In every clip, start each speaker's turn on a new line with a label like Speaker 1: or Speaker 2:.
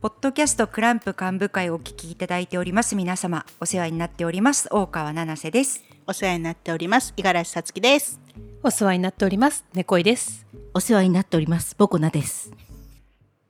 Speaker 1: ポッドキャストクランプ幹部会をお聞きいただいております皆様お世話になっております大川七瀬です
Speaker 2: お世話になっております五十嵐さつきです
Speaker 3: お世話になっております猫井です
Speaker 4: お世話になっておりますボコナです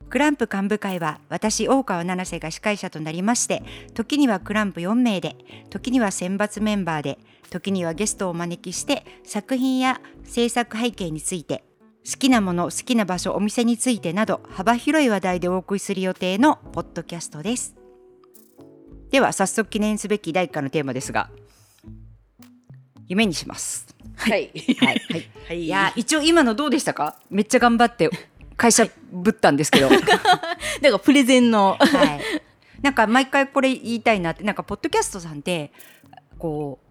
Speaker 1: クランプ幹部会は私大川七瀬が司会者となりまして時にはクランプ4名で時には選抜メンバーで時にはゲストをお招きして作品や制作背景について好きなもの好きな場所お店についてなど幅広い話題でお送りする予定のポッドキャストですでは早速記念すべき第1回のテーマですが夢にします
Speaker 2: はい
Speaker 1: はい、はい
Speaker 2: はい
Speaker 1: いやー一応今のどうでしたかめっちゃ頑張って会社ぶったんですけ ど、はい、
Speaker 4: なんかプレゼンの。
Speaker 1: なんか毎回これ言いたいなってなんかポッドキャストさんってこう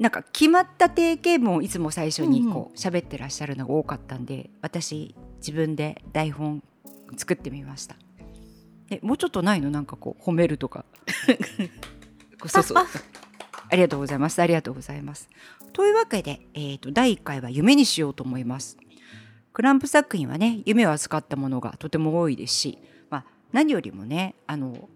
Speaker 1: なんか決まった定型文をいつも最初にこう喋ってらっしゃるのが多かったんで私自分で台本作ってみましたえもうちょっとないのなんかこう褒めるとかこう そうそうありがとうございます。ありがとうございます。というわけで、えー、と第1回は夢にしようと思います。クランプ作品はね夢を扱ったものがとても多いですし、まあ、何よりもねあの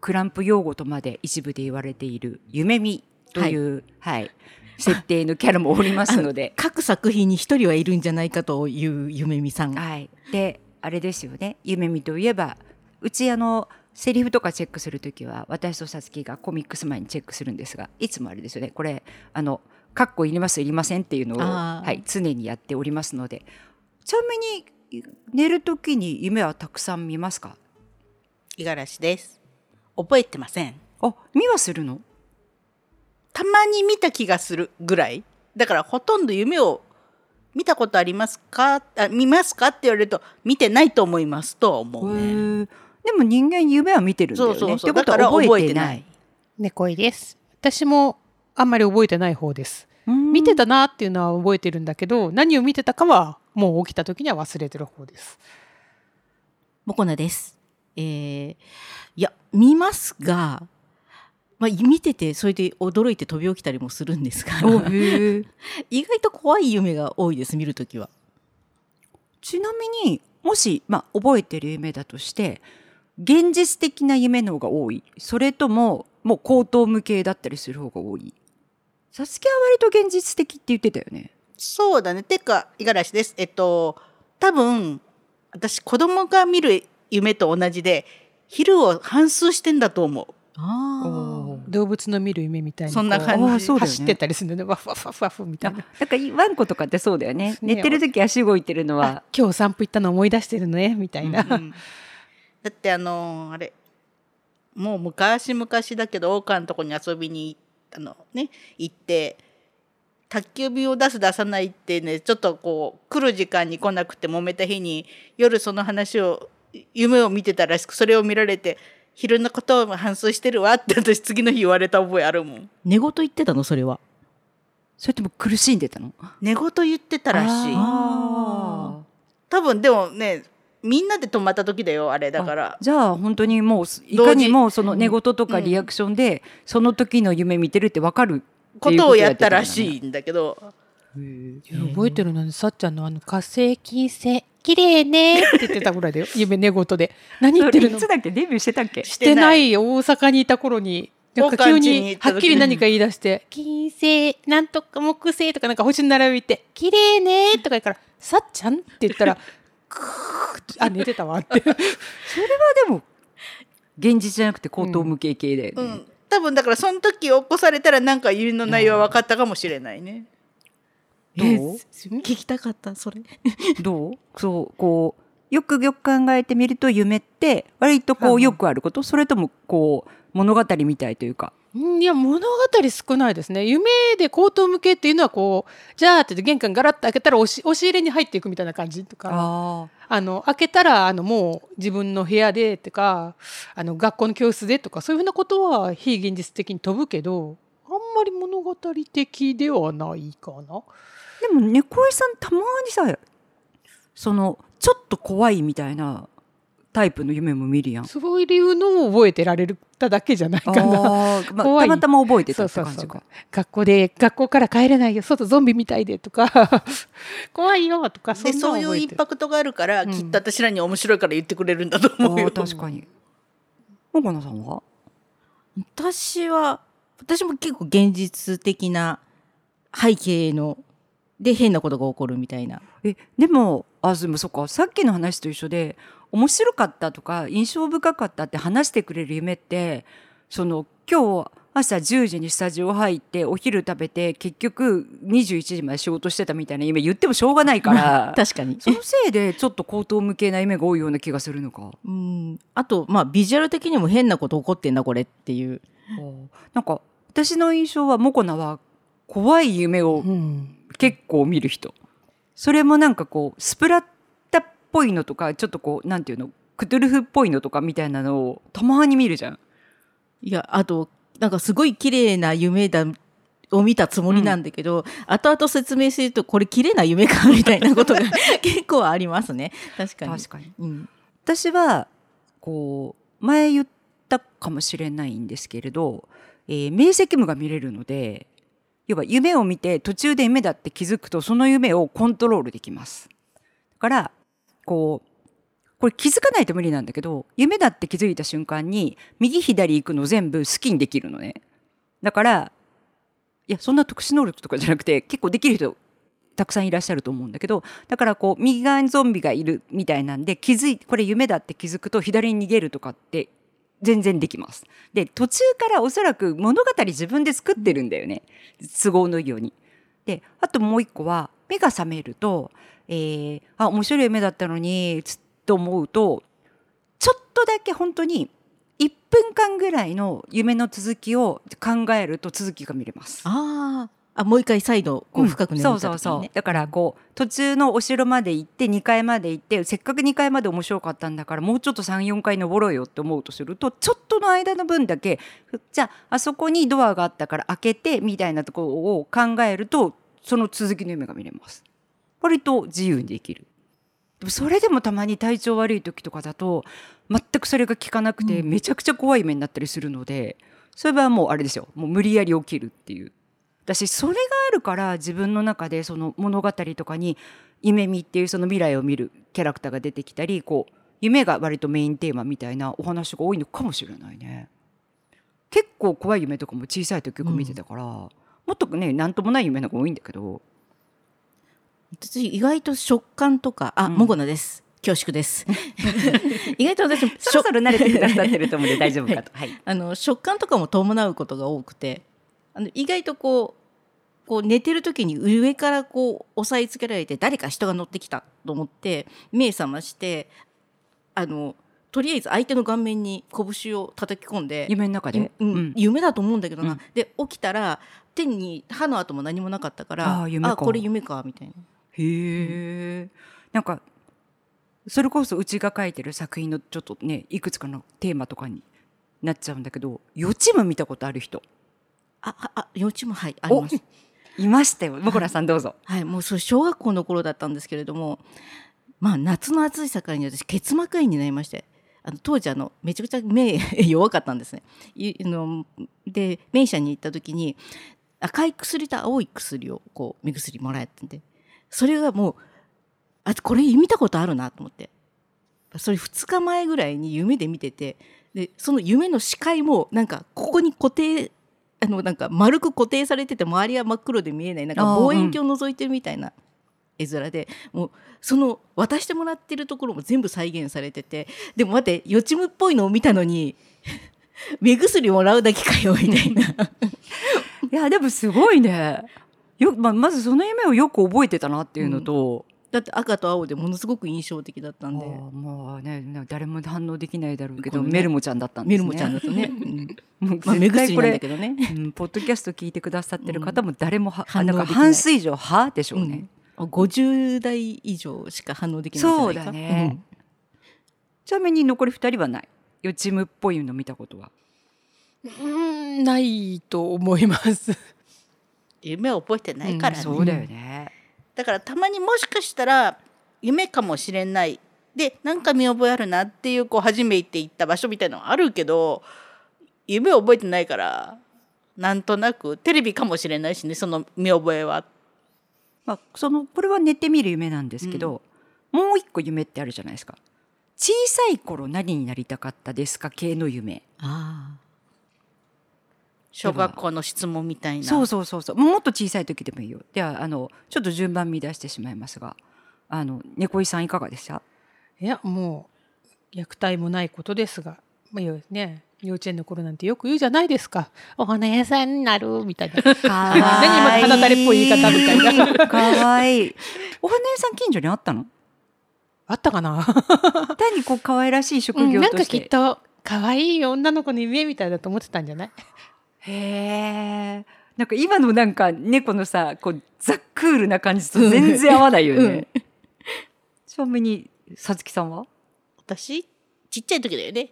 Speaker 1: クランプ用語とまで一部で言われている夢見という、はい設定のキャラもおりますので
Speaker 4: 各作品に一人はいるんじゃないかという夢見さんが
Speaker 1: はい、であれですよね夢見といえばうちあのセリフとかチェックするときは私とさつきがコミックス前にチェックするんですがいつもあれですよねこれあの「かっこいりますいりません」っていうのを、
Speaker 4: あー
Speaker 1: はい、常にやっておりますのでちなみに寝るときに夢はたくさん見ますか
Speaker 2: 五十嵐です覚えてません
Speaker 1: あ見はするの
Speaker 2: たまに見た気がするぐらいだからほとんど夢を見たことありますかあ見ますかって言われると見てないと思いますとは思うね
Speaker 1: へーでも人間夢は見てるんだよ
Speaker 2: そう
Speaker 1: ね
Speaker 2: そうそう
Speaker 1: ってこと
Speaker 2: だから
Speaker 1: は覚
Speaker 2: 覚
Speaker 1: え
Speaker 2: え
Speaker 1: て
Speaker 2: て
Speaker 1: な
Speaker 2: ないい
Speaker 3: 猫井です私もあんまり覚えてない方です見てたなっていうのは覚えてるんだけど何を見てたかはもう起きた時には忘れてる方です
Speaker 4: ボコナですえー、いや見ますがまあ、見ててそれで驚いて飛び起きたりもするんですが意外と怖い夢が多いです見るときは
Speaker 1: ちなみにもし、まあ、覚えてる夢だとして現実的な夢の方が多いそれとももう高等無形だったりする方が多いサスケは割と現実的って言ってたよね。
Speaker 2: そうだねてか五十嵐ですえっと多分私子供が見る夢と同じで昼を反数してんだと思う
Speaker 4: あ
Speaker 3: 動物の見る夢みたいにこ
Speaker 2: そ
Speaker 3: う
Speaker 2: んな感じ
Speaker 3: あーそうだよね走ってたりするのねワフワフワフワフみた
Speaker 1: あ
Speaker 3: いな
Speaker 1: だからワンコとかってそうだよね
Speaker 3: そうね
Speaker 1: 寝てる時足動いてるのは
Speaker 3: あ今日散歩行ったの思い出してるのねみたいな、
Speaker 2: うんだってあのーあれもう昔々だけど大川のとこに遊びにあの、ね、行って宅急便を出す出さないってねちょっとこう来る時間に来なくて揉めた日に夜その話を夢を見てたらしくそれを見られて昼のことを反芻してるわって私次の日言われた覚えあるもん
Speaker 4: 寝言言ってたのそれは
Speaker 1: それとも苦しんでたの
Speaker 2: 寝言言ってたらしい
Speaker 1: あー
Speaker 2: 多分でもねみんなで泊まった時だよあれだから
Speaker 1: じゃあ本当にもうい
Speaker 2: 同時
Speaker 1: かにもその寝言とかリアクションで、その時の夢見てるってわかるって
Speaker 2: こ
Speaker 1: いう
Speaker 2: とをやった
Speaker 1: んだね
Speaker 2: らしいんだけど
Speaker 3: いや覚えてるのにさっちゃんのあの火星金星綺麗ねって言ってたぐらいだよ 夢寝言で何言
Speaker 1: そ
Speaker 3: って
Speaker 1: れ
Speaker 3: る
Speaker 1: い
Speaker 3: の
Speaker 1: つだっけデビューしてたっけ
Speaker 2: し
Speaker 3: してない大阪にいた頃になんか急にはっきり何か言い出して「金星なんとか木星」とかなんか星の並びって「綺麗ね」とか言うから「さっちゃん」って言った ら「クーッあ寝てたわ」って
Speaker 1: でも現実じゃなくて高等無形系だよね、
Speaker 2: うん、多分だからその時起こされたらなんか夢の内容は分かったかもしれないね。
Speaker 1: どう
Speaker 4: えー聞きたかったそれ
Speaker 1: どうそうこうよくよく考えてみると夢って割とこ
Speaker 2: は
Speaker 1: う
Speaker 2: い
Speaker 1: よくあることそれともこう物語みたいというか
Speaker 3: うんいや物語少ないですね夢で口頭向けっていうのはこう「じゃあ」って言って玄関ガラッと開けたら押し押し入れに入っていくみたいな感じとか
Speaker 1: あ
Speaker 3: あの開けたらあのもう自分の部屋でとかあの学校の教室でとかそういうふうなことは非現実的に飛ぶけどあんまり物語的ではないかな。
Speaker 1: でも猫井さんたまにさそのちょっと怖いみたいなタイプの夢も見るやん。
Speaker 3: そういうのを覚えてられただけじゃないかな。
Speaker 1: あーまあ、
Speaker 3: 怖
Speaker 1: た
Speaker 3: い
Speaker 1: またま覚えて
Speaker 3: そ
Speaker 1: た
Speaker 3: う
Speaker 1: って
Speaker 3: そう
Speaker 1: 感
Speaker 3: そ
Speaker 1: じ
Speaker 3: う
Speaker 1: か。
Speaker 3: 学校で学校から帰れないよ外ゾンビみたいでとか 怖いよとかそん
Speaker 2: で
Speaker 3: なの
Speaker 2: そう
Speaker 3: 覚え
Speaker 2: い
Speaker 3: て
Speaker 2: う
Speaker 3: る
Speaker 2: インパクトがあるから、
Speaker 3: うん
Speaker 2: きっと私らに面白いから言ってくれるんだと
Speaker 1: あ
Speaker 2: 思うよ。
Speaker 1: ー確かに。もこなさんは
Speaker 4: 私は私も結構現実的な背景ので変なことが起こるみたいな
Speaker 1: えでもあでもそっかさっきの話と一緒で面白かったとか印象深かったって話してくれる夢ってその今日朝10時にスタジオ入ってお昼食べて結局21時まで仕事してたみたいな夢言ってもしょうがない から
Speaker 4: 確かに
Speaker 1: そのせいでちょっと口頭無形な夢が多いような気がするのか。
Speaker 4: うんあとまあビジュアル的にも変なこと起こってんだこれっていう
Speaker 1: なんか私の印象はモコナは怖い夢を結構見る人、それもなんかこうスプラッタっぽいのとかちょっとこうなんていうのクトゥルフっぽいのとかみたいなのをたまに見るじゃん。
Speaker 4: いやあとなんかすごい綺麗な夢だを見たつもりなんだけど、後々説明するとこれ綺麗な夢かみたいな ことが結構ありますね確かに
Speaker 1: 確かに
Speaker 4: うん、
Speaker 1: 私はこう前言ったかもしれないんですけれど、えー明晰夢が見れるので要は夢を見て途中で夢だって気づくとその夢をコントロールできます。だからこうこれ気づかないと無理なんだけど夢だって気づいた瞬間に右左行くの全部好きにできるのね。だからいやそんな特殊能力とかじゃなくて結構できる人たくさんいらっしゃると思うんだけどだからこう右側にゾンビがいるみたいなんで気づいこれ夢だって気づくと左に逃げるとかって全然できます。で途中からおそらく物語自分で作ってるんだよね都合のいいように。であともう一個は目が覚めると、えーあ面白い夢だったのにつと思うとちょっとだけ本当に1分間ぐらいの夢の続きを考えると続きが見れます。
Speaker 4: あーあもう一回再度こ
Speaker 1: う
Speaker 4: うん深く眠
Speaker 1: そう
Speaker 4: った時にね、
Speaker 1: そうそうだからこう途中のお城まで行って2階まで行ってせっかく2階まで面白かったんだからもうちょっと34階登ろうよって思うとするとちょっとの間の分だけじゃああそこにドアがあったから開けてみたいなところを考えるとその続きの夢が見れます。割と自由にできるでもそれでもたまに体調悪い時とかだと全くそれが効かなくて
Speaker 4: うん
Speaker 1: めちゃくちゃ怖い目になったりするので、それはもうあれですよもう無理やり起きるっていう私それがあるから自分の中でその物語とかに夢見っていうその未来を見るキャラクターが出てきたりこう夢が割とメインテーマみたいなお話が多いのかもしれないね結構怖い夢とかも小さい時よく見てたから、もっとね何ともない夢の方が多いんだけど
Speaker 4: 私意外と食感とかあ、
Speaker 1: うん
Speaker 4: モゴナです恐縮です 意外と私も
Speaker 1: そろそろ慣れてくださっ
Speaker 4: 食
Speaker 1: てると思うんで大丈夫かと。はい
Speaker 4: あの食感とかも伴うことが多くてあの意外とこうこう寝てる時に上からこう押さえつけられて誰か人が乗ってきたと思って目覚ましてあのとりあえず相手の顔面に拳を叩き込んで
Speaker 1: 夢の中で、
Speaker 4: うん夢だと思うんだけどな、
Speaker 1: うん
Speaker 4: で起きたら手に歯の跡も何もなかったか
Speaker 1: あ
Speaker 4: ら
Speaker 1: ー夢か
Speaker 4: これ夢かみたいな。
Speaker 1: へえ、なんかそれこそうちが書いてる作品のちょっとねいくつかのテーマとかになっちゃうんだけど予知夢見たことある人
Speaker 4: あああ幼稚もはいあります
Speaker 1: いましたよもこらさんどうぞ
Speaker 4: はい、もうそれ小学校の頃だったんですけれども、まあ、夏の暑い境に私結膜炎になりましてあの当時あのめちゃくちゃ目 弱かったんですね。いあので名医者に行った時に赤い薬と青い薬をこう目薬もらえてんでそれがもうあこれ見たことあるなと思ってそれ2日前ぐらいに夢で見ててでその夢の視界もなんかここに固定あのなんか丸く固定されてて周りは真っ黒で見えないなんか
Speaker 1: あー
Speaker 4: 望遠鏡を覗いてるみたいな絵面で、もうその渡してもらってるところも全部再現されててでも待って予知夢っぽいのを見たのに 目薬もらうだけかよみたいな。
Speaker 1: いやでもすごいねよ、まあ、まずその夢をよく覚えてたなっていうのと、
Speaker 4: だって赤と青でものすごく印象的だったんで
Speaker 1: あーもうねな誰も反応できないだろうけど、
Speaker 4: ごめんね
Speaker 1: メルモちゃんだったん
Speaker 4: メ
Speaker 1: です
Speaker 4: ル
Speaker 1: ね
Speaker 4: モちゃんだとね、うん
Speaker 1: もう
Speaker 4: まあ、目
Speaker 1: 絶対
Speaker 4: 薬
Speaker 1: こ
Speaker 4: なん
Speaker 1: れ
Speaker 4: だけどね。
Speaker 1: うん、ポッドキャスト聞いてくださってる方も誰もは、
Speaker 4: うん
Speaker 1: なん
Speaker 4: 反応
Speaker 1: か
Speaker 4: できない
Speaker 1: 半数以上「は?」でしょうね、
Speaker 4: うん、50代以上しか反応できないんじゃないか
Speaker 1: そうだね、
Speaker 4: うん
Speaker 1: ちなみに残り2人はない予知夢っぽいの見たことは
Speaker 3: うんないと思います。
Speaker 2: 夢を覚えてないからね、
Speaker 3: ん
Speaker 1: そうだよね、
Speaker 2: だからたまにもしかしたら夢かもしれないでなんか見覚えあるなっていうこう初めて行った場所みたいのはあるけど夢を覚えてないからなんとなくテレビかもしれないしねその見覚えは。
Speaker 1: まあ、そのこれは寝てみる夢なんですけど、もう一個夢ってあるじゃないですか小さい頃何になりたかったですか系の夢
Speaker 4: あ
Speaker 2: 小学校の質問みたいな
Speaker 1: そうそうそうそうもっと小さい時でもいいよではあのちょっと順番乱してしまいますがあの猫井さんいかがでした
Speaker 3: いやもう虐待もないことですが、まあ、よね幼稚園の頃なんてよく言うじゃないですかお花屋さんになるみたいな
Speaker 1: かわ
Speaker 3: 何今放たれっぽい言い方みたいな
Speaker 1: かわいい お花屋さん近所にあったの
Speaker 3: あったかな、
Speaker 1: 単にこう可愛らしい職
Speaker 3: うん
Speaker 1: 業
Speaker 3: なん
Speaker 1: と
Speaker 3: か
Speaker 1: し、
Speaker 3: きってと可愛い女の子の夢みたいだと思ってたんじゃない
Speaker 1: へえなんか今のなんか猫のさこうザクールな感じと全然合わないよね、ちなみにさつきさんは
Speaker 2: 私ちっちゃい時だよね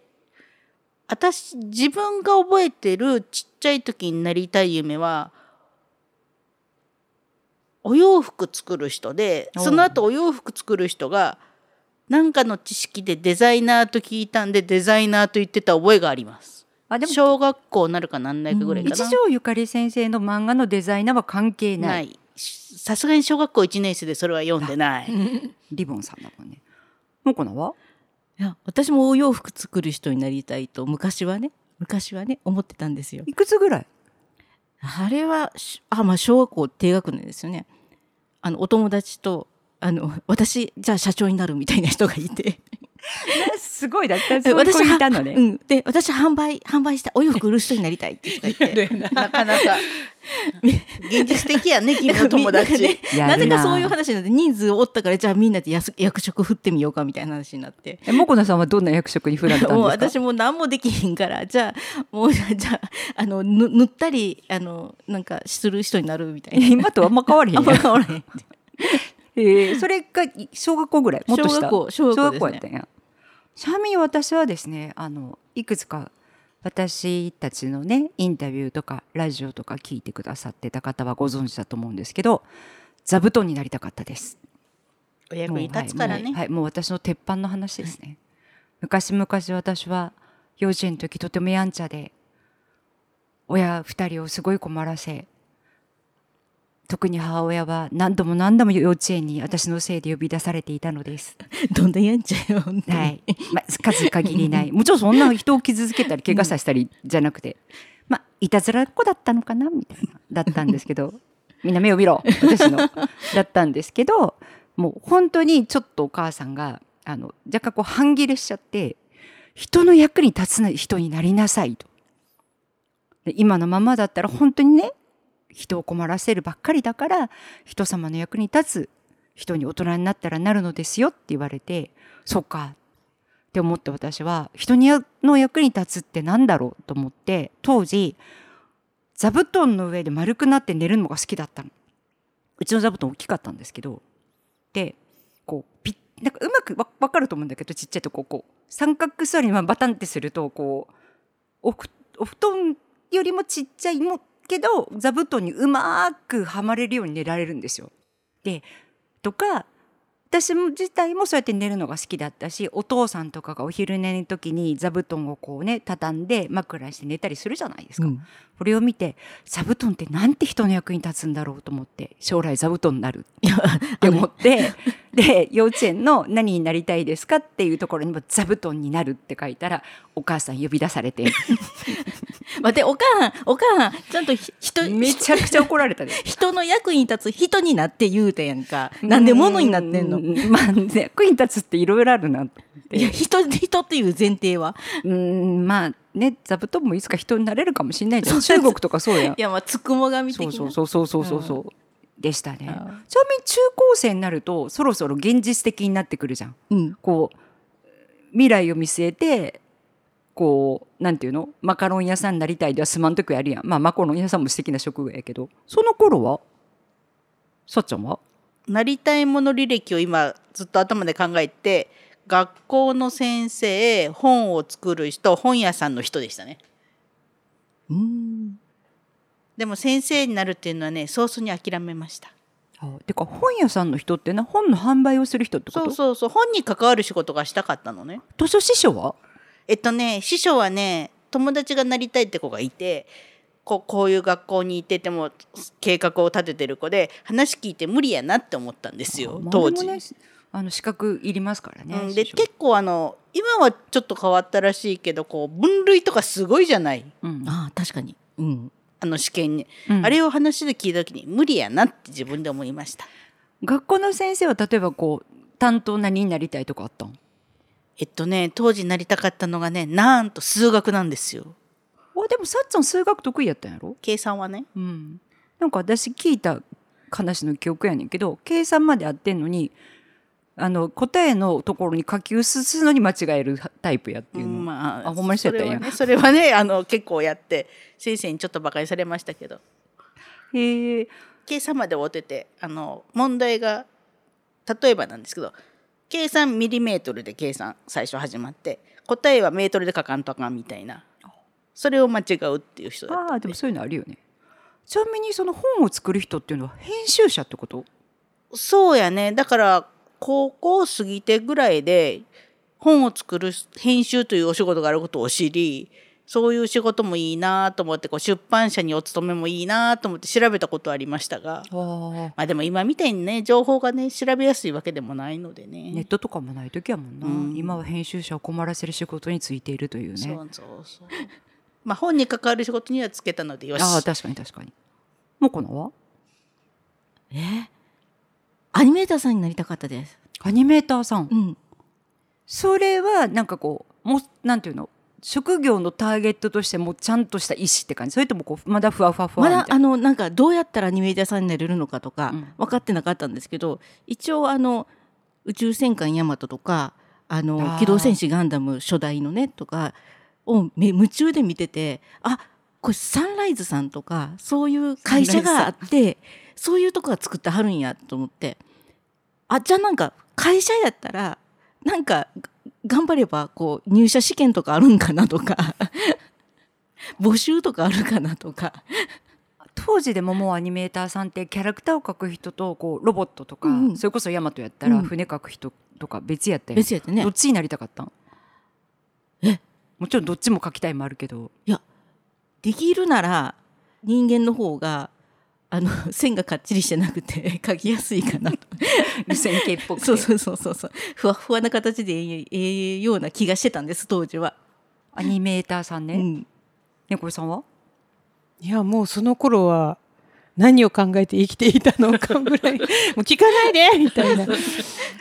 Speaker 2: 私自分が覚えてるちっちゃい時になりたい夢はお洋服作る人で
Speaker 1: おう
Speaker 2: その後お洋服作る人が何かの知識でデザイナーと聞いたんでデザイナーと言ってた覚えがあります
Speaker 1: あでも
Speaker 2: 小学校なるかなんないかぐらいかな、
Speaker 1: 一条ゆかり先生の漫画のデザイナーは関係ない
Speaker 2: ないさすがに小学校1年生でそれは読んでない
Speaker 1: リボンさんだもんねもこなはい
Speaker 4: や私もお洋服作る人になりたいと昔はね昔はね思ってたんですよ
Speaker 1: いくつぐらい
Speaker 4: あれはしあまあ小学校低学年ですよねあのお友達とあの私じゃあ社長になるみたいな人がいて
Speaker 1: すごいだって
Speaker 4: で
Speaker 1: そういう子
Speaker 4: 私はい
Speaker 1: たの
Speaker 4: う
Speaker 1: ね
Speaker 4: ん、で私販売販売したお洋服売る人になりたいって人が いて
Speaker 2: なかなか現実的やね君の友達、
Speaker 4: なんかみんな
Speaker 1: や
Speaker 4: が
Speaker 1: る
Speaker 4: ねなぜ
Speaker 1: な
Speaker 4: かそういう話になって人数おったからじゃあみんなでやす役職振ってみようかみたいな話になって
Speaker 1: えもこなさんはどんな役職に振られたんですか
Speaker 4: もう私も何もできひんからじゃあもうじゃあじゃああのぬ塗ったりあのなんかする人になるみたいな
Speaker 1: 今とあんま変わりへ
Speaker 4: あ
Speaker 1: ん
Speaker 4: ん
Speaker 1: や
Speaker 4: ま
Speaker 1: ん
Speaker 4: 変わらへん
Speaker 1: えーそれがい小学校ぐらいもっと
Speaker 4: 小
Speaker 1: 下
Speaker 4: 学校小学校
Speaker 1: や
Speaker 4: で
Speaker 1: っ
Speaker 4: す
Speaker 1: た
Speaker 4: ね
Speaker 1: んやちなみに私はですねあのいくつか私たちのねインタビューとかラジオとか聞いてくださってた方はご存知だと思うんですけど座布団になりたかったです
Speaker 2: お役に立つから
Speaker 1: もうはいもう
Speaker 2: ね
Speaker 1: はいもう私の鉄板の話ですね、昔昔私は幼稚園の時とてもやんちゃで親二人をすごい困らせ特に母親は何度も何度も幼稚園に私のせいで呼び出されていたのです。
Speaker 4: どんどんやんちゃうよ本当に
Speaker 1: はい。まあ、数限り ない。もちろんそんな人を傷つけたり、怪我させたりじゃなくて、まあ、いたずらっ子だったのかなみたいな、だったんですけど、 みんな目を見ろ私 の。だったんですけど、もう本当にちょっとお母さんが、あの、若干こう半切れしちゃって、人の役に立つな人になりなさいと。で今のままだったら本当にね、人を困らせるばっかりだから、人様の役に立つ人に大人になったらなるのですよって言われて、そっかって思って私は人にやの役に立つってなんだろうと思って当時座布団の上で丸くなって寝るのが好きだったのうちの座布団大きかったんですけどでこうピッなんかうまくわ分かると思うんだけどちっちゃいとこうこう三角座りにまあバタンってするとこうおふお布団よりもちっちゃいもけど座布団にうまくはまれるように寝られるんですよ。でとか私も自体もそうやって寝るのが好きだったしお父さんとかがお昼寝の時に座布団をこうね畳んで枕にして寝たりするじゃないですか、
Speaker 4: うん
Speaker 1: これを見て座布団ってなんて人の役に立つんだろうと思って将来座布団になる
Speaker 4: いや
Speaker 1: って思ってで幼稚園の何になりたいですかっていうところにも座布団になるって書いたらお母さん呼び出されて
Speaker 4: 待ってお母さんお母さんちゃんとひ人
Speaker 1: めちゃくちゃ怒られたです
Speaker 4: 人の役に立つ人になって言うてやんか なんで物になってんの
Speaker 1: うまあ役に立つっていろいろあるなと思って
Speaker 4: いや人人っていう前提は
Speaker 1: うーんまあね座布団もいつか人になれるかもしれないじゃん
Speaker 4: そう
Speaker 1: 中国とかそうやん
Speaker 4: いやまあつくも神的
Speaker 1: そう
Speaker 4: な
Speaker 1: そうそうそうそうそうそう、でしたねちなみ
Speaker 4: あ
Speaker 1: に中高生になるとそろそろ現実的になってくるじゃん
Speaker 4: うん
Speaker 1: こう未来を見据えてこうなんていうのマカロン屋さんになりたいではすまんとくやるやんまあマカロン屋さんも素敵な職業やけどその頃はさっちゃんは
Speaker 2: なりたいもの履歴を今ずっと頭で考えて学校の先生本を作る人本屋さんの人でしたね
Speaker 4: うん
Speaker 2: でも先生になるっていうのはね早々に諦めました
Speaker 1: あてか本屋さんの人ってな本の販売をする人ってこ
Speaker 2: そ
Speaker 1: と
Speaker 2: うそうそう本に関わる仕事がしたかったのね
Speaker 1: 図書師匠は
Speaker 2: えっとね師匠はね友達がなりたいって子がいてこうこういう学校に行ってても計画を立ててる子で話聞いて無理やなって思ったんですよ
Speaker 1: まあ
Speaker 2: 当時、
Speaker 1: でもねあの資格いりますからね。
Speaker 2: うんで結構あの今はちょっと変わったらしいけどこう分類とかすごいじゃない
Speaker 1: うん
Speaker 4: ああ確かにうん
Speaker 2: あの試験に、
Speaker 1: うん
Speaker 2: あれを話で聞いた時に無理やなって自分で思いました
Speaker 1: 学校の先生は例えばこう担当何になりたいとかあったん
Speaker 2: えっとね当時なりたかったのがねなんと数学なんですよ
Speaker 1: あでもさっちゃん数学得意やったんやろ
Speaker 2: 計算はね
Speaker 1: うん、なんか私聞いた話の記憶やねんけど計算まで合ってんのにあの答えのところに書き写すのに間違えるタイプやっていうの、
Speaker 2: うんまあ
Speaker 1: あほんまにそうやったんや
Speaker 2: それはねそれはねあの結構やって先生にちょっと馬鹿にされましたけど
Speaker 1: へえ
Speaker 2: 計算まで終わっててあの問題が例えばなんですけど計算ミリメートルで計算最初始まって答えはメートルで書かんとあかんみたいなそれを間違うっていう人だっ
Speaker 1: あ
Speaker 2: た
Speaker 1: あ
Speaker 2: んで
Speaker 1: でもそういうのあるよねちなみにその本を作る人っていうのは編集者ってこと
Speaker 2: そうやねだから高校過ぎてぐらいで本を作る編集というお仕事があることを知りそういう仕事もいいなと思ってこう出版社にお勤めもいいなと思って調べたことはありましたが
Speaker 1: ああ
Speaker 2: まあでも今みたいにね情報がね調べやすいわけでもないのでね。
Speaker 1: ネットとかもない時やもんな、
Speaker 2: うん
Speaker 1: 今は編集者を困らせる仕事についているという
Speaker 2: そ
Speaker 1: ね
Speaker 2: うそうそう。 まあ本に関わる仕事にはつけたのでよし。
Speaker 1: ああ確かに確かにもうこのは
Speaker 4: えーアニメーターさんになりたかったです
Speaker 1: アニメーターさん
Speaker 4: うん
Speaker 1: それはなんかこうもうなんていうの職業のターゲットとしてもうちゃんとした意思って感じそれともこうまだふわふわふわ
Speaker 4: ま
Speaker 1: みたい
Speaker 4: だ
Speaker 1: な
Speaker 4: あのなんかどうやったらアニメーターさんになれるのかとか
Speaker 1: うん
Speaker 4: 分かってなかったんですけど、一応あの宇宙戦艦ヤマトとかあの
Speaker 1: あー
Speaker 4: 機動戦士ガンダム初代のねとかをめ夢中で見ててあこれサンライズさんとかそういう会社があってそういうとこが作ってはるんやと思ってあじゃあなんか会社やったらなんかが頑張ればこう入社試験とかあるんかなとか募集とかあるかなとか
Speaker 1: 当時でももうアニメーターさんってキャラクターを描く人とこうロボットとか、
Speaker 4: うんうん
Speaker 1: それこそヤマトやった
Speaker 4: う
Speaker 1: ら
Speaker 4: ん
Speaker 1: 船描く人とか別やったよ、
Speaker 4: 別やってね
Speaker 1: どっちになりたかったん
Speaker 4: え
Speaker 1: もちろんどっちも描きたいもあるけ ど
Speaker 4: できるなら人間の方があの 線がかっちりしてなくて 描きやすいか なと
Speaker 1: 流線形っぽくて
Speaker 4: そうそうそうそうそうふわふわな形でええええような気がしてたんです当時は、
Speaker 1: アニメーターさん
Speaker 4: う
Speaker 1: ね、
Speaker 4: ん、
Speaker 1: 猫井さんはい
Speaker 3: やもうその頃は何を考えて生きていたのかぐら いもう聞かないでみたい ない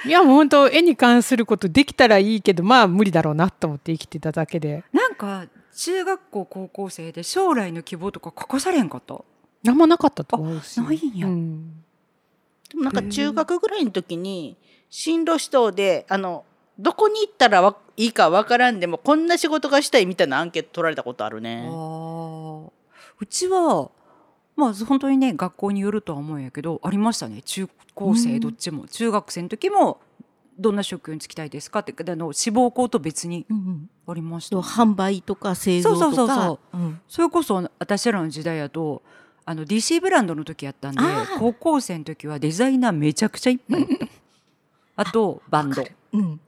Speaker 3: やもう本当絵に関することできたらいいけどまあ無理だろうなと思って生きてただけで
Speaker 1: なんか中学校高校生で将来の希望とか書かされんかった
Speaker 3: 何もなかったと思うし
Speaker 1: あないんや
Speaker 3: うん
Speaker 2: でもなんか中学ぐらいの時に進路指導であのどこに行ったらわいいかわからんでもこんな仕事がしたいみたいなアンケート取られたことあるね。
Speaker 1: ああうちはまあ本当にね学校によるとは思うんやけどありましたね中高
Speaker 4: う
Speaker 1: 生
Speaker 4: ん
Speaker 1: どっちも、中学生の時もどんな職業に就きたいですかってあの志望校と別に
Speaker 4: うんうん
Speaker 1: ありました、
Speaker 4: と販売とか製造とか
Speaker 1: そうそうそう
Speaker 4: うん
Speaker 1: それこそ私らの時代やとあの DC ブランドの時やったんで
Speaker 4: あー
Speaker 1: 高校生の時はデザイナーめちゃくちゃいっぱいいたあとバンド
Speaker 4: うん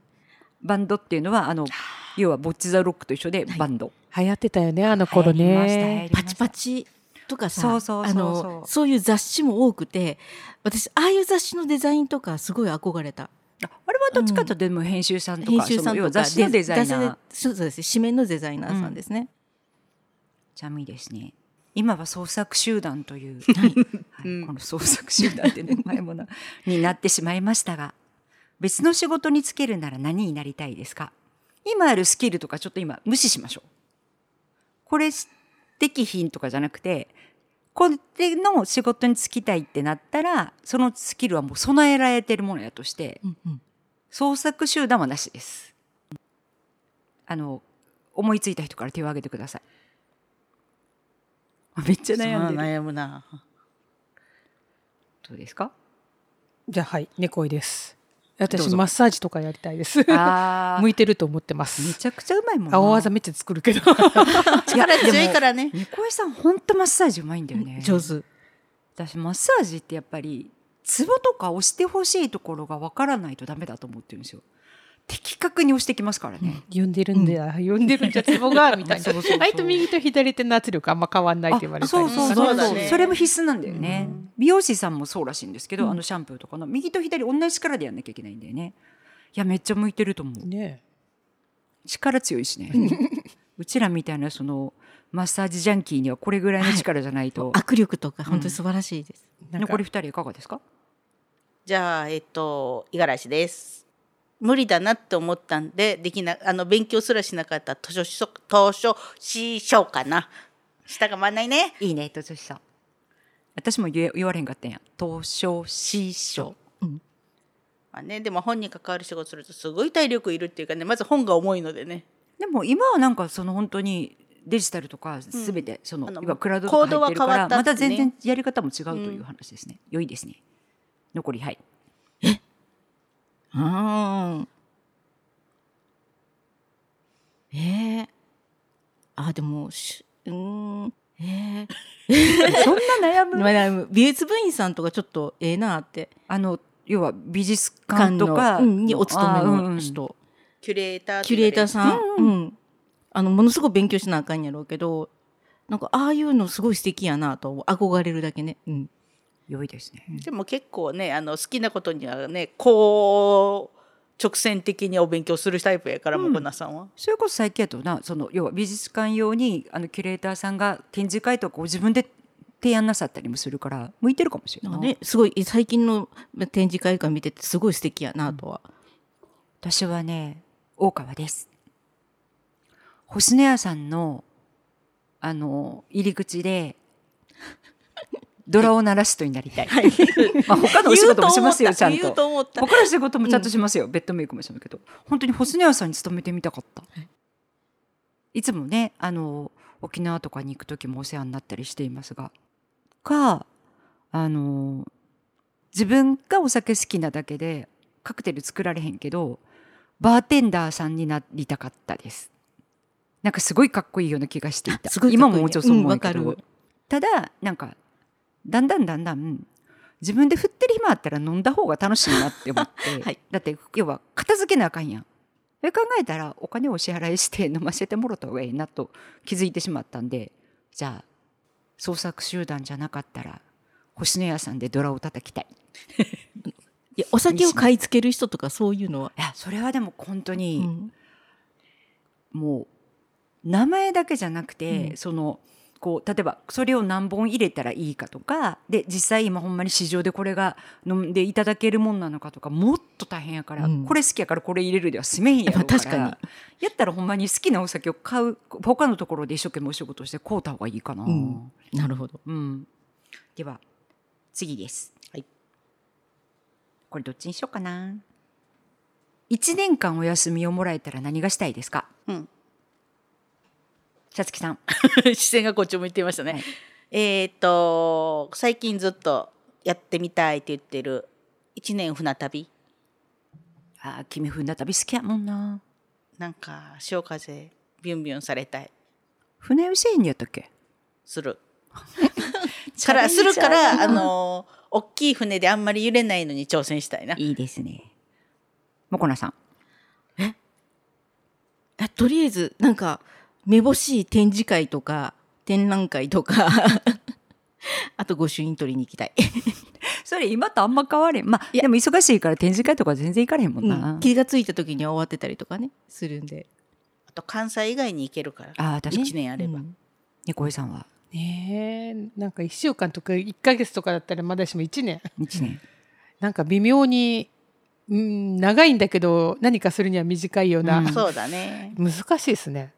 Speaker 1: バンドっていうのはあの要はボッチザロックと一緒でバンド、
Speaker 3: 流行ってたよねあの頃
Speaker 1: 流行りました流行り
Speaker 3: ね
Speaker 1: ま
Speaker 4: パチパチとかさ
Speaker 1: そうそうそうそう
Speaker 4: あのそういう雑誌も多くて私ああいう雑誌のデザインとかすごい憧れた
Speaker 1: ああれはどっちかというとでも編集さんとか,、
Speaker 4: 編集さん
Speaker 1: 要
Speaker 4: と
Speaker 1: は
Speaker 4: か
Speaker 1: 雑誌のデザイナ
Speaker 4: 雑誌
Speaker 1: ー
Speaker 4: でそうそうですね紙面のデザイナーさんですね、
Speaker 1: ちゃみですね。今は創作集団と いう、はい
Speaker 2: うん
Speaker 1: この創作集団って名前もなになってしまいましたが別の仕事に就けるなら何になりたいですか今あるスキルとかちょっと今無視しましょうこれできひんとかじゃなくてこれの仕事に就きたいってなったらそのスキルはもう備えられてるものやとして
Speaker 4: うんうん
Speaker 1: 創作集団はなしですあの思いついた人から手を挙げてくださいあめっちゃ悩ん
Speaker 2: さ
Speaker 1: で
Speaker 2: あ
Speaker 1: る
Speaker 2: 悩むな。
Speaker 1: どうですか
Speaker 3: じゃあはい猫いです
Speaker 1: どう
Speaker 3: 私
Speaker 1: ぞ
Speaker 3: マッサージとかやりたいです
Speaker 1: あ
Speaker 3: 向
Speaker 1: ー
Speaker 3: いてると思ってま
Speaker 1: め
Speaker 3: す
Speaker 1: ちゃくちゃうまいもんな
Speaker 3: 青技めっちゃ作るけど
Speaker 2: 力強いからね。
Speaker 1: 猫井さんほんとマッサージうまいんだよね
Speaker 4: 上手
Speaker 1: 私マッサージってやっぱりツボとか押してほしいところがわからないとダメだと思ってるんですよ的確に押してきますからね。
Speaker 3: 呼んでるんだよ、呼んでるんじゃツボがみたい な
Speaker 1: そうそうそう
Speaker 3: 割と右と左手の圧力あんま変わんないって言われ
Speaker 1: あ
Speaker 3: たり
Speaker 1: そう
Speaker 3: とか
Speaker 1: そう
Speaker 2: そ
Speaker 1: そうう
Speaker 2: だ
Speaker 1: そ
Speaker 2: ね
Speaker 1: うそれも必須なんだよね、
Speaker 3: うん
Speaker 1: 美容師さんもそうらしいんですけど、
Speaker 3: うん
Speaker 1: あのシャンプーとかの右と左同じ力でやんなきゃいけないんだよねいやめっちゃ向いてると思う
Speaker 3: ね
Speaker 1: 力強いしねうちらみたいなそのマッサージジャンキーにはこれぐらいの力じゃないと、
Speaker 4: 握力とか本当に素晴らしいです。
Speaker 3: えなんか
Speaker 1: 残り二人いかがですか
Speaker 2: じゃあえっと五十嵐です無理だなって思ったんでできなあの勉強すらしなかった図書書図書師匠かな下が回んないね
Speaker 1: いいね図書師匠私も言え言われへんかったんや図書師匠
Speaker 2: まあねでも本に関わる仕事するとすごい体力いるっていうかねまず本が重いのでね
Speaker 1: でも今はなんかその本当にデジタルとかすべてその、
Speaker 2: あの
Speaker 1: 今クラウドとか入ってるか
Speaker 2: 行動は変わ
Speaker 1: ら
Speaker 2: ったってね
Speaker 1: また全然やり方も違うという話ですね、良いですね残りはい
Speaker 4: うん。えー、あでもしうーんえー、
Speaker 1: そんな悩む
Speaker 4: まあでも美術部員さんとかちょっとええなって
Speaker 1: あの要は美術館
Speaker 4: 館
Speaker 1: と
Speaker 4: の
Speaker 1: か
Speaker 4: うんにお勤め
Speaker 1: あー
Speaker 4: の
Speaker 1: うん
Speaker 4: 人。
Speaker 2: キュレーターって
Speaker 4: キュレーター
Speaker 2: ん
Speaker 4: さん、うんあのものすごく勉強しなあかんやろうけどなんかああいうのすごい素敵やなと憧れるだけね、うん、
Speaker 1: 良いですね
Speaker 2: でも結構ねあの好きなことにはねこう直線的にお勉強するタイプやからもこなさんは。
Speaker 1: それこそ最近やとなその要は美術館用にあのキュレーターさんが展示会とかを自分で提案なさったりもするから向いてるかもしれ
Speaker 4: なん
Speaker 1: な
Speaker 4: か
Speaker 1: い、
Speaker 4: ねすごい最近の展示会館見ててすごい素敵やなとは、
Speaker 1: 私はね大川です星野屋さんのあの入り口でドラを鳴らす人になりたい、 まあ、他のお仕事もしますよちゃん
Speaker 4: 言う
Speaker 1: と
Speaker 4: と思った
Speaker 1: 僕らの仕事もちゃんとしますよ、ベッドメイクもしますけど本当に星野屋さんに勤めてみたかった、い、つもねあの沖縄とかに行く時もお世話になったりしていますがかあの自分がお酒好きなだけでカクテル作られへんけどバーテンダーさんになりたかったですなんかすごいかっこいいような気がしていた
Speaker 4: すごいかっ
Speaker 1: 今
Speaker 4: こいいね
Speaker 1: ももちろんそう思うけど、
Speaker 4: うんわかる
Speaker 1: ただなんかだんだんだんだん自分で振ってる暇あったら飲んだ方が楽しいなって思って、
Speaker 4: はい
Speaker 1: だって要は片付けなあかんやんそれ考えたらお金をお支払いして飲ませてもろた方がええなと気づいてしまったんでじゃあ創作集団じゃなかったら星の屋さんでドラを叩きたい
Speaker 4: いやお酒を買い付ける人とかそういうのは、
Speaker 1: いやそれはでも本当
Speaker 4: う
Speaker 1: に、
Speaker 4: ん、
Speaker 1: もう名前だけじゃなくて、
Speaker 4: うん
Speaker 1: そのこう例えばそれを何本入れたらいいかとかで実際今ほんまに市場でこれが飲んでいただけるもんなのかとかもっと大変やから、
Speaker 4: うん
Speaker 1: これ好きやからこれ入れるでは済めへんやろうから
Speaker 4: まあ確かに
Speaker 1: やったらほんまに好きなお酒を買う他のところで一生懸命お仕事して買うた方がいいかな。
Speaker 4: うんなるほど
Speaker 1: うん、では次です。
Speaker 2: はい。
Speaker 1: これどっちにしようかな。一年間お休みをもらえたら何がしたいですか。
Speaker 2: うん。
Speaker 1: さつきさ ん。
Speaker 2: 視線がこっち向いてましたね。
Speaker 1: はい
Speaker 2: えーっと最近ずっとやってみたいって言ってる一年船旅
Speaker 1: ああ、君船旅好きやもんな。
Speaker 2: なんか潮風ビュンビュンされたり
Speaker 1: 船寄せにやったっけ。
Speaker 2: する。からする
Speaker 1: チャレン
Speaker 2: か
Speaker 1: ジャー
Speaker 2: ら
Speaker 1: だな
Speaker 2: あの大きい船であんまり揺れないのに挑戦したいな。
Speaker 1: いいですね。もこなさん。
Speaker 4: えとりあえずなんかめぼしい展示会とか展覧会とか あと御朱印取りに行きたい
Speaker 1: それ今とあんま変われん。まあ、でも忙しいから展示会とか全然行かれへんもんな。
Speaker 4: うん気がついた時には終わってたりとかねするんで
Speaker 2: あと関西以外に行けるから
Speaker 1: ああ、確か
Speaker 2: 一
Speaker 1: に。
Speaker 2: 年あれば。
Speaker 4: うん
Speaker 1: 猫井さんは。
Speaker 3: ねえなんか1週間とか1ヶ月とかだったらまだしも1年
Speaker 1: 一年。
Speaker 3: なんか微妙に、うん、長いんだけど何かするには短いような、
Speaker 1: うん
Speaker 2: そうだね。
Speaker 3: 難しいですね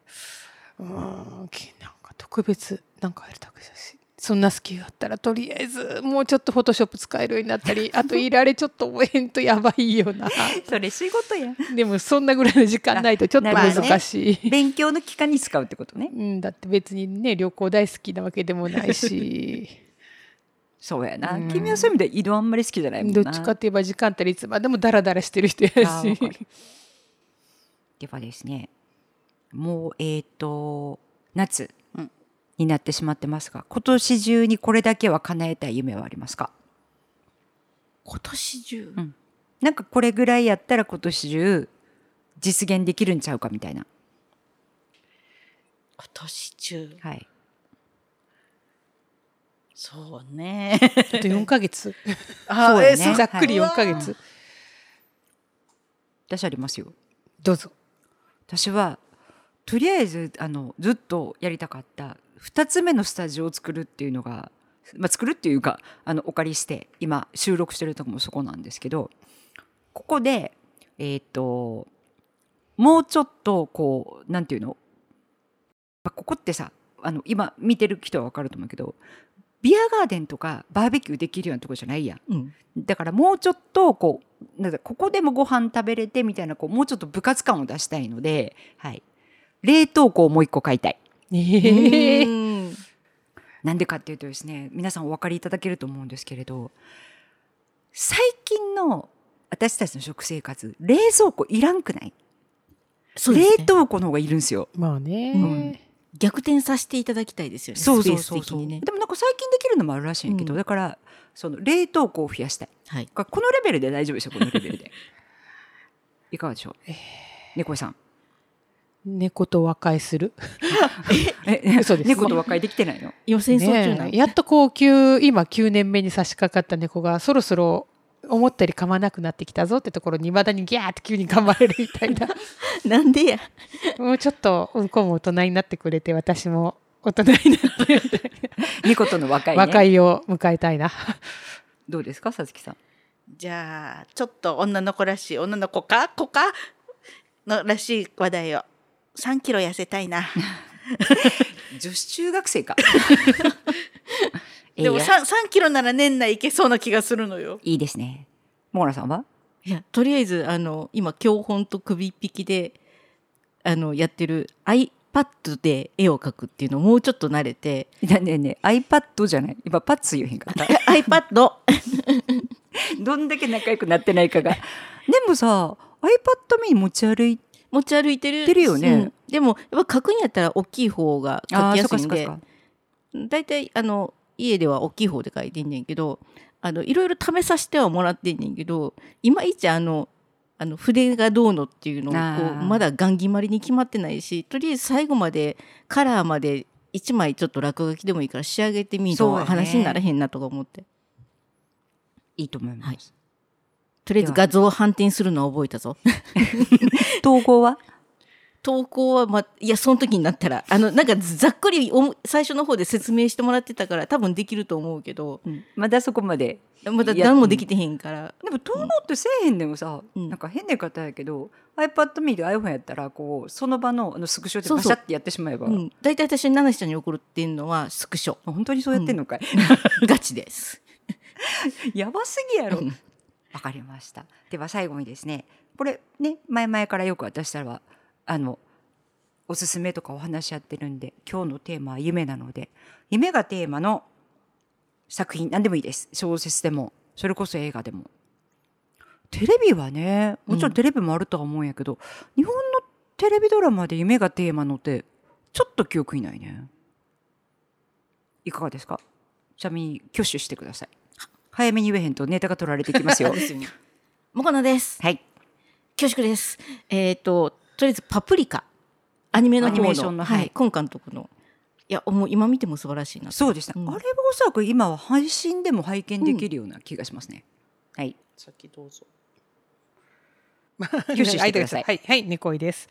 Speaker 3: うんきなんか特別なんかやるだけだしそんなスキルあったらとりあえずもうちょっとフォトショップ使えるようになったりあといられちょっと覚えんとやばい よな
Speaker 1: それ仕事や。
Speaker 3: でもそんなぐらいの時間ないとちょっと
Speaker 1: まあね
Speaker 3: 難しい、
Speaker 1: 勉強の期間に使うってことね。
Speaker 3: うん、だって別にね旅行大好きなわけでもな いし
Speaker 1: そうやな、
Speaker 3: うん
Speaker 1: 君はそういう意味で移動あんまり好きじゃないもん
Speaker 3: ど
Speaker 1: な
Speaker 3: っちかって言えば時間あったらいつまでもダラダラしてる人や
Speaker 1: あーわ
Speaker 3: し
Speaker 1: かるではですねもうえっ、と夏
Speaker 2: うん
Speaker 1: になってしまってますが今年中にこれだけは叶えたい夢はありますか
Speaker 4: 今年中
Speaker 1: なんかこれぐらいやったら今年中実現できるんちゃうかみたいな。
Speaker 2: 今年中
Speaker 1: はい。
Speaker 2: そうね
Speaker 3: あと4ヶ月。
Speaker 2: あ
Speaker 1: そうよね
Speaker 2: えそ
Speaker 3: ざっくり
Speaker 2: はい
Speaker 3: 4ヶ月。
Speaker 1: 私ありますよ。
Speaker 3: どうぞ。
Speaker 1: 私はとりあえずあのずっとやりたかった2つ目のスタジオを作るっていうのが、まあ、作るっていうかあのお借りして今収録してるとこもそこなんですけどここでえっ、ともうちょっとこうなんていうの、まあ、ここってさあの今見てる人は分かると思うけどビアガーデンとかバーベキューできるようなとこじゃないやん。
Speaker 4: うん
Speaker 1: だからもうちょっとこうなんだここでもご飯食べれてみたいなこうもうちょっと部活感を出したいので、はい、冷凍庫をもう一個買いたい。
Speaker 3: ええ。
Speaker 4: うん
Speaker 1: なんでかっていうとですね皆さんお分かりいただけると思うんですけれど最近の私たちの食生活冷蔵庫いらんくない、
Speaker 4: そうですね
Speaker 1: 冷凍庫の方がいるんですよ。
Speaker 3: まあね。
Speaker 4: 逆転させていただきたいですよね。
Speaker 1: そうそうそう
Speaker 4: スペース的
Speaker 1: そう、
Speaker 4: にね。
Speaker 1: でもなんか最近できるのもあるらしいんやけど、
Speaker 4: うん
Speaker 1: だからその冷凍庫を増やしたい
Speaker 4: はい。
Speaker 1: このレベルで大丈夫でしょこのレベルでいかがでしょう猫井さん
Speaker 3: 猫と和解する。
Speaker 1: え、
Speaker 3: 嘘で す
Speaker 1: 猫と和解できてないの。
Speaker 4: 予選争中な
Speaker 3: ねえやっとこう9今9年目に差し掛かった猫がそろそろ思ったより噛まなくなってきたぞってところにいまだにギャーって急に噛まれるみた いな
Speaker 4: なんでや。
Speaker 3: もうちょっとうんこも大人になってくれて私も大人になってみたい
Speaker 1: 猫との和解、
Speaker 3: な
Speaker 1: ね。
Speaker 3: 和解を迎えたいな
Speaker 1: どうですか、さつきさん。
Speaker 2: じゃあちょっと女の子らしい女の子か子かのらしい話題を3キロ痩せ たいな
Speaker 1: 女子中学 生か。ええ
Speaker 2: でも
Speaker 1: や
Speaker 2: 3, 3キロなら年内いけそうな気がするの よ
Speaker 1: いいですね。モーラさんは。
Speaker 4: いや、とりあえず、あの、今、教本と首引きで、あの、やってる iPad で絵を描くっていうのをもうちょっと慣れて、
Speaker 1: ねねね、アイパッドじゃない、今パッツ言えへんかった。
Speaker 4: iPad!
Speaker 1: どんだけ仲良くなってないかが。 でもさ、アイパッドミニ持ち歩い
Speaker 4: 持ち歩いてる。
Speaker 1: てるよね
Speaker 4: うんでも、やっぱ描くんやったら大きい方が描きやすいんで
Speaker 1: あーそっかそっかそ、っか
Speaker 4: 大体、あの、家では大きい方で描いてんねんけど、あの、いろいろ試させてはもらってんねんけど、いまいちあの、あの筆がどうのっていうのをこ
Speaker 1: あ
Speaker 4: う
Speaker 1: ー
Speaker 4: まだガン決まりに決まってないしとりあえず最後までカラーまで1枚ちょっと落書きでもいいから仕上げてみる
Speaker 1: そう
Speaker 4: の
Speaker 1: や
Speaker 4: は
Speaker 1: ね
Speaker 4: 話にならへんなとか思って、
Speaker 1: いいと思います。
Speaker 4: はいとりあえず画像を反転するのは覚えたぞ
Speaker 1: 統合は。
Speaker 4: 投稿は、ま、いやその時になったらあのなんかざっくりおも最初の方で説明してもらってたから多分できると思うけど
Speaker 1: まだそこまで。
Speaker 4: まだ
Speaker 1: いや
Speaker 4: 何もできてへんから
Speaker 1: でも統合ってせえへんでもさ、
Speaker 4: うん
Speaker 1: なんか変な言い方やけど、iPad ミニで iPhone やったらこうその場のあのスクショで
Speaker 4: そう
Speaker 1: バ
Speaker 4: そ
Speaker 1: シ
Speaker 4: う
Speaker 1: ャってやってしまえば、
Speaker 4: うん大体、私にナナシちゃんに送るっていうのはス クショ
Speaker 1: 本当にそうやってんのかい、
Speaker 4: ガチです。
Speaker 1: やばすぎやろわかりましたでは最後にですねこれね前々からよく私たちはあのおすすめとかお話し合ってるんで今日のテーマは夢なので夢がテーマの作品何でもいいです小説でもそれこそ映画でもテレビはねもちろんテレビもあるとは思うんやけど、日本のテレビドラマで夢がテーマのってちょっと記憶いないねいかがですかちなみに挙手してください早めに言えへんとネタが取られてきますよ
Speaker 4: ですよね。もこなです。
Speaker 1: はい
Speaker 4: 恐縮です。えっ、と、とりあえずパプリカ。アニメの
Speaker 1: アニメーショ
Speaker 4: 方
Speaker 1: ン
Speaker 4: の、
Speaker 1: の
Speaker 4: は
Speaker 1: はいい、
Speaker 4: 今監督の。いや、もう今見ても素晴らしいな。
Speaker 1: そうでした、
Speaker 4: うん
Speaker 1: あれはおそらく今は配信でも拝見できるような気がしますね、はい
Speaker 2: 先どう ぞ
Speaker 1: 挙手 してください
Speaker 3: はいはい猫いです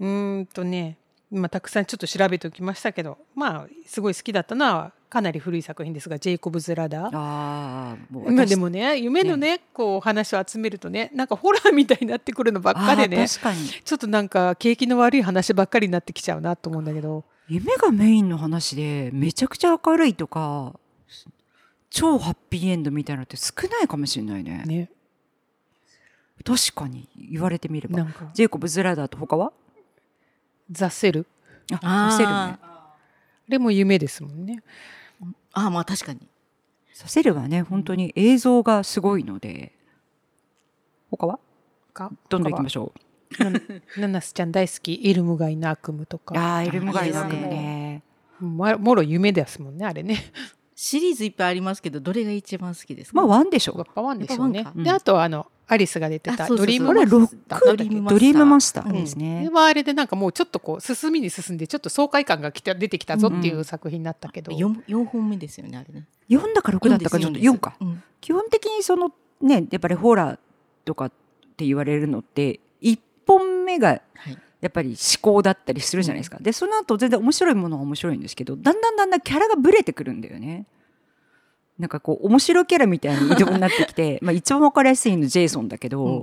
Speaker 3: うーんとね今たくさんちょっと調べておきましたけどまあすごい好きだったのはかなり古い作品ですが「ジェイコブズ・ラダー」
Speaker 1: ああもう
Speaker 3: まあ
Speaker 1: 私
Speaker 3: でもね夢のねこう話を集めるとねなんかホラーみたいになってくるのばっかで
Speaker 1: あ
Speaker 3: ね
Speaker 1: ー確かに
Speaker 3: ちょっとなんか景気の悪い話ばっかりになってきちゃうなと思うんだけど
Speaker 1: 夢がメインの話でめちゃくちゃ明るいとか超ハッピーエンドみたいなのって少ないかもしれないね
Speaker 3: ね
Speaker 1: 確かに言われてみれ
Speaker 3: な
Speaker 1: ば
Speaker 3: んか
Speaker 1: ジェイコブ・ズラダーと他は
Speaker 3: 「ザ・セル
Speaker 1: あさせるね
Speaker 3: でも夢ですもんね。
Speaker 4: ああ、まあ確かに。
Speaker 1: させるはね本当に映像がすごいので他は
Speaker 3: か
Speaker 1: どんどんいきましょう
Speaker 3: ナナスちゃん大好き「イルムガイ・ナークム」とか
Speaker 1: ああーイルムガイナーク
Speaker 2: いい
Speaker 1: も
Speaker 2: です
Speaker 1: ね
Speaker 3: まもろ夢ですもんねあれね。
Speaker 4: シリーズいっぱいありますけど、どれが一番好きですか
Speaker 1: まあワンでしょ
Speaker 3: やっぱワンでしょう
Speaker 4: や
Speaker 3: ね
Speaker 4: っぱワン。
Speaker 1: か
Speaker 3: であとはあのアリスが出てた
Speaker 4: あそうそうそう
Speaker 3: ドリーム
Speaker 1: これ
Speaker 3: マ
Speaker 1: ロッ
Speaker 3: スター
Speaker 1: ク
Speaker 3: なんだっけ
Speaker 1: ドリームマスタ
Speaker 4: う
Speaker 1: ー
Speaker 4: ん
Speaker 1: ですね
Speaker 3: で。はあれでなんかもうちょっとこう進みに進んでちょっと爽快感がきた出てきたぞってい
Speaker 1: んう
Speaker 3: うん作品だったけど、
Speaker 4: 四四本目ですよねあれね。
Speaker 1: 4だか6だったかちょっと4か。
Speaker 4: うんです。
Speaker 1: 基本的にそのねやっぱりホラーとかって言われるのって1本目が
Speaker 4: はい
Speaker 1: やっぱり思考だったりするじゃないですか、でその後全然面白いものは面白いんですけどだんだんだんだんキャラがブレてくるんだよねなんかこう面白キャラみたいな移動になってき てまあ一番分かりやすいのジェイソンだけど、
Speaker 4: うん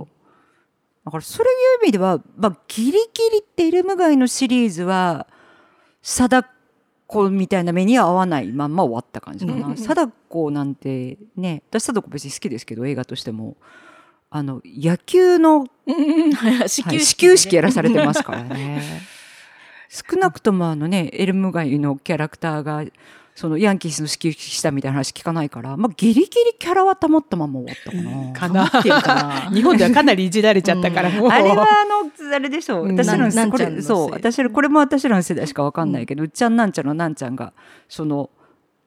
Speaker 1: だからそういう意味では、まあ、ギリギリってイルム街のシリーズは貞子みたいな目には合わないまんま終わった感じか
Speaker 3: うん
Speaker 1: な貞子なんてね私貞子別に好きですけど映画としてもあの野球の
Speaker 4: うんはい 始
Speaker 1: はい始球式や
Speaker 4: ら
Speaker 1: らされてますからね。 少なくともあのね、エルム街のキャラクターが、そのヤンキースの始球式したみたいな話聞かないから、まあギリギリキャラは保ったまま終わったかな。
Speaker 3: かな
Speaker 4: ってる かな。
Speaker 3: 日本ではかなりいじられちゃったから、もう
Speaker 1: あれはあの、あれでしょう。
Speaker 3: うん
Speaker 1: 私ら
Speaker 4: な
Speaker 1: の、
Speaker 4: ん
Speaker 1: こ
Speaker 4: なんちゃんの
Speaker 1: れ、
Speaker 4: せい
Speaker 1: そう、私ら、これも私らの世代しかわかんないけど、うっちゃんなんちゃんのなんちゃんが、その、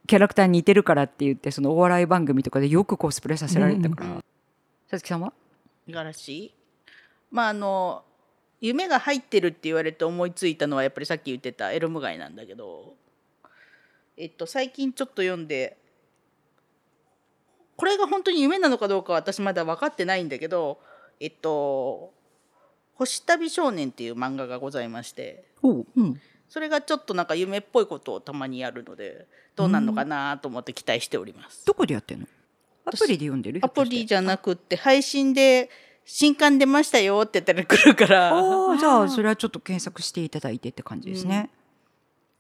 Speaker 1: キャラクターに似てるからって言って、そのお笑い番組とかでよくコスプレさせられたから。さつきさんは
Speaker 2: 五十嵐まああの夢が入ってるって言われて思いついたのはやっぱりさっき言ってたエルム街なんだけどえっと最近ちょっと読んでこれが本当に夢なのかどうかは私まだ分かってないんだけどえっと「星旅少年」っていう漫画がございまして
Speaker 4: うん
Speaker 2: それがちょっとなんか夢っぽいことをたまにやるのでどうなるのかなと思って期待しております。
Speaker 1: どこでやってんのアプリで読んでる
Speaker 2: アプリ
Speaker 1: じ
Speaker 2: じゃなくって配信で新刊出ましたよって言ったら来るから。
Speaker 1: ああ、じゃあ、それはちょっと検索していただいてって感じですね。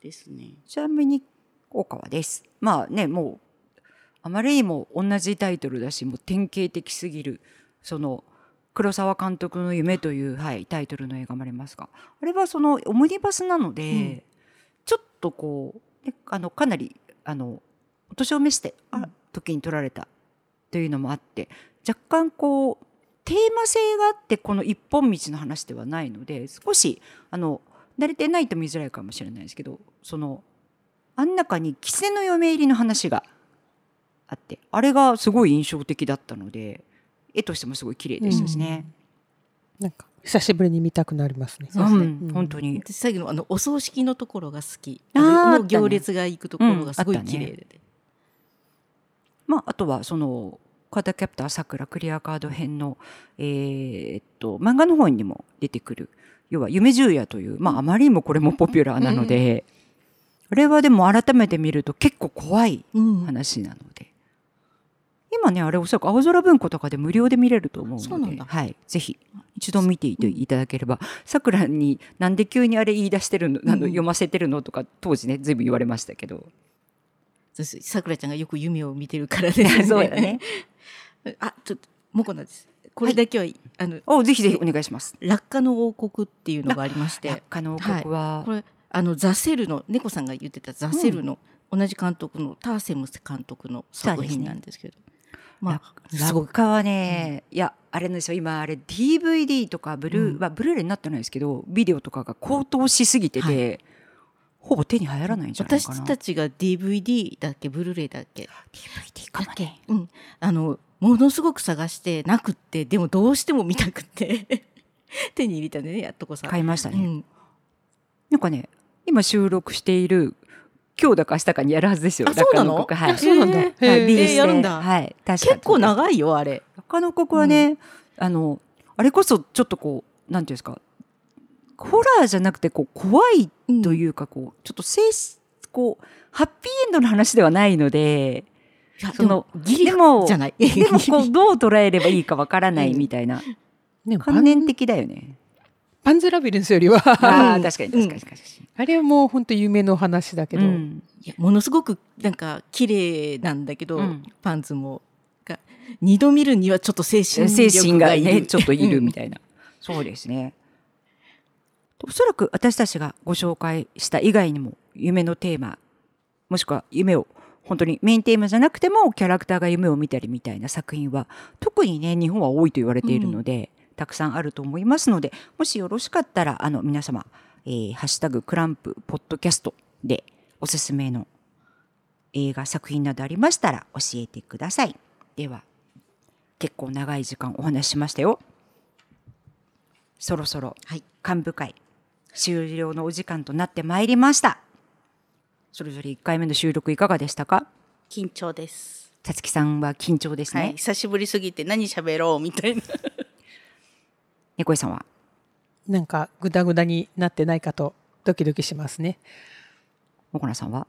Speaker 2: ですね。
Speaker 1: ちなみに、大川です。まあね、もう、あまりにも同じタイトルだし、もう典型的すぎる、その、黒沢監督の夢という、はい、タイトルの映画もありますが、あれはその、オムニバスなので、
Speaker 4: うん
Speaker 1: ちょっとこう、ねあの、かなり、あの、お年を召して、あ
Speaker 4: うん
Speaker 1: 時に撮られたというのもあって、若干こう、テーマ性があって、この一本道の話ではないので、少し、あの、慣れてないと見づらいかもしれないですけど、その、あん中に狐の嫁入りの話があってあれがすごい印象的だったので絵としてもすごい綺麗でしたしね。
Speaker 3: なんか久しぶりに見たくなりますね
Speaker 4: う
Speaker 1: うんん
Speaker 4: そうです
Speaker 3: ね
Speaker 1: 本当に、
Speaker 4: 私最後のあのお葬式のところが好き。
Speaker 1: あ
Speaker 4: あ
Speaker 1: ー
Speaker 4: の
Speaker 1: あったね
Speaker 4: 行列が行くところがすごい綺麗で。
Speaker 1: まあ、あとはその「カーターキャプターさくらクリアカード編の」えーっと漫画の方にも出てくる要は「夢十夜」という、まあ、あまりにもこれもポピュラーなので、あれはでも改めて見ると結構怖い
Speaker 4: うん
Speaker 1: 話なので今ねあれおそらく青空文庫とかで無料で見れると思う
Speaker 4: そ
Speaker 1: の
Speaker 4: うな
Speaker 1: で
Speaker 4: んだ
Speaker 1: はい、ぜひ一度見ていていただければさくらになんで急にあれ言い出してるのあの
Speaker 4: うん
Speaker 1: 読ませてるのとか当時ねずいぶん言われましたけど、。
Speaker 4: そうですさくらちゃんがよく夢を見てるからね
Speaker 1: そうだね。
Speaker 4: あ、ちょっと、もこなです。これだけは、あの、
Speaker 1: おぜひぜひお願いします。
Speaker 4: 落下の王国っていうのがありまして
Speaker 1: 落、下の王国は、
Speaker 4: これ、あの、ザセルの、猫さんが言ってたザセルの、同じ監督のターセムス監督の作品なんですけど。まあ、すご
Speaker 1: 落
Speaker 4: く。
Speaker 1: 下はね、いやあれなんですよ今あれ DVD とかブルー、
Speaker 4: うん
Speaker 1: まあブルーレイになってないですけどビデオとかが高騰しすぎてて、
Speaker 4: は
Speaker 1: ほぼ手に入らないんじゃないかな。
Speaker 4: 私たちが DVD だっけ、ブルーレイだっけ、
Speaker 1: DVD かもね
Speaker 4: うん、あのものすごく探してなくってでもどうしても見たくって 手に入れたんでねやっとこさ、
Speaker 1: 買いましたね。
Speaker 4: うん、
Speaker 1: なんかね、今収録している今日だか明日かにやるはずですよ。
Speaker 4: あそうなの
Speaker 1: 落下王国はい。
Speaker 3: あそうなんだ
Speaker 4: へ
Speaker 3: へ
Speaker 1: は
Speaker 3: ー
Speaker 1: い、リリースで
Speaker 4: やるんだ
Speaker 1: はい、確か
Speaker 4: 結構
Speaker 1: い。
Speaker 4: 長いよあれ
Speaker 1: 中野国はね、あのあれこそちょっとこうなんていうんですか、ホラーじゃなくてこう怖いというかこう、ちょっとせいこうハッピーエンドの話ではないの で、
Speaker 4: いや
Speaker 1: その
Speaker 4: でも ギリ
Speaker 1: でも
Speaker 4: じゃない
Speaker 1: でもこうどう捉えればいいかわからないみたいな
Speaker 3: ねパ
Speaker 1: 観
Speaker 3: ン
Speaker 1: 念的だよね。
Speaker 3: パンズラビリンスよりは
Speaker 1: ああ確かに確かに確かに。
Speaker 3: あれはもう本当夢の話だけど、
Speaker 1: うん
Speaker 4: いやものすごくなんか綺麗なんだけど、
Speaker 1: うん
Speaker 4: パンツもが二度見るにはちょっと精神
Speaker 1: 精神が
Speaker 4: 力い
Speaker 1: ね
Speaker 4: る
Speaker 1: ちょっといる
Speaker 4: うん
Speaker 1: みたいな、そうですねおそらく私たちがご紹介した以外にも夢のテーマもしくは夢を本当にメインテーマじゃなくてもキャラクターが夢を見たりみたいな作品は特にね日本は多いと言われているので、たくさんあると思いますのでもしよろしかったらあの皆様、えーハッシュタグクランプポッドキャスト」でおすすめの映画作品などありましたら教えてください。では結構長い時間お話ししましたよ。そろそろ幹部会終了のお時間となってまいりました。それぞれ1回目の収録いかがでしたか
Speaker 2: 緊張です。
Speaker 1: さつきさんは緊張ですね。
Speaker 2: はい、久しぶりすぎて何喋ろうみ たいな。
Speaker 1: 猫井さんは
Speaker 3: なんかグダグダになってないかとドキドキしますね。
Speaker 1: もこなさんは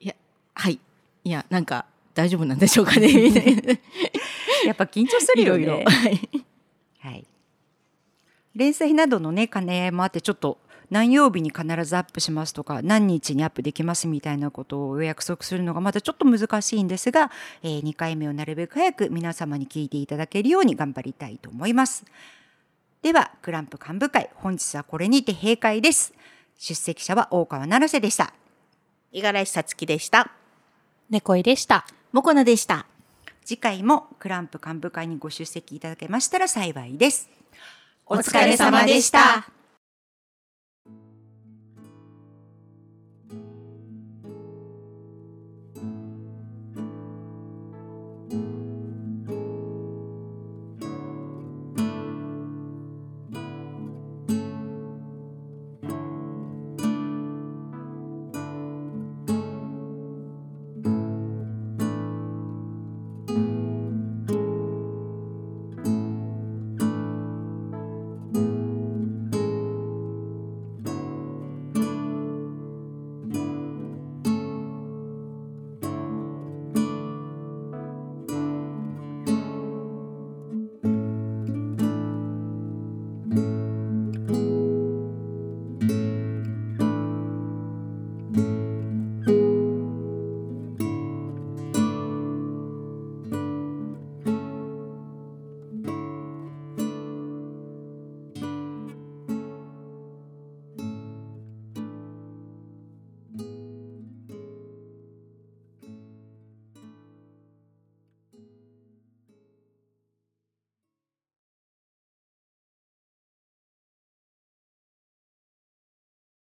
Speaker 1: い
Speaker 4: やはいいやなんか大丈夫なんでしょうかねみた いな
Speaker 1: やっぱ緊張する
Speaker 4: い
Speaker 1: よ
Speaker 4: ろ
Speaker 1: ね
Speaker 4: いろ、はい、
Speaker 1: はい、連載などのね兼ね合いもあってちょっと何曜日に必ずアップしますとか何日にアップできますみたいなことをお約束するのがまだちょっと難しいんですが、え2回目をなるべく早く皆様に聞いていただけるように頑張りたいと思います。ではクランプ幹部会本日はこれにて閉会です。出席者は大川成瀬でした。
Speaker 2: 五十嵐さつきでした。
Speaker 3: 猫井でした。
Speaker 4: もこなでした
Speaker 1: 次回もクランプ幹部会にご出席いただけましたら幸いです。
Speaker 2: お疲れ様でした。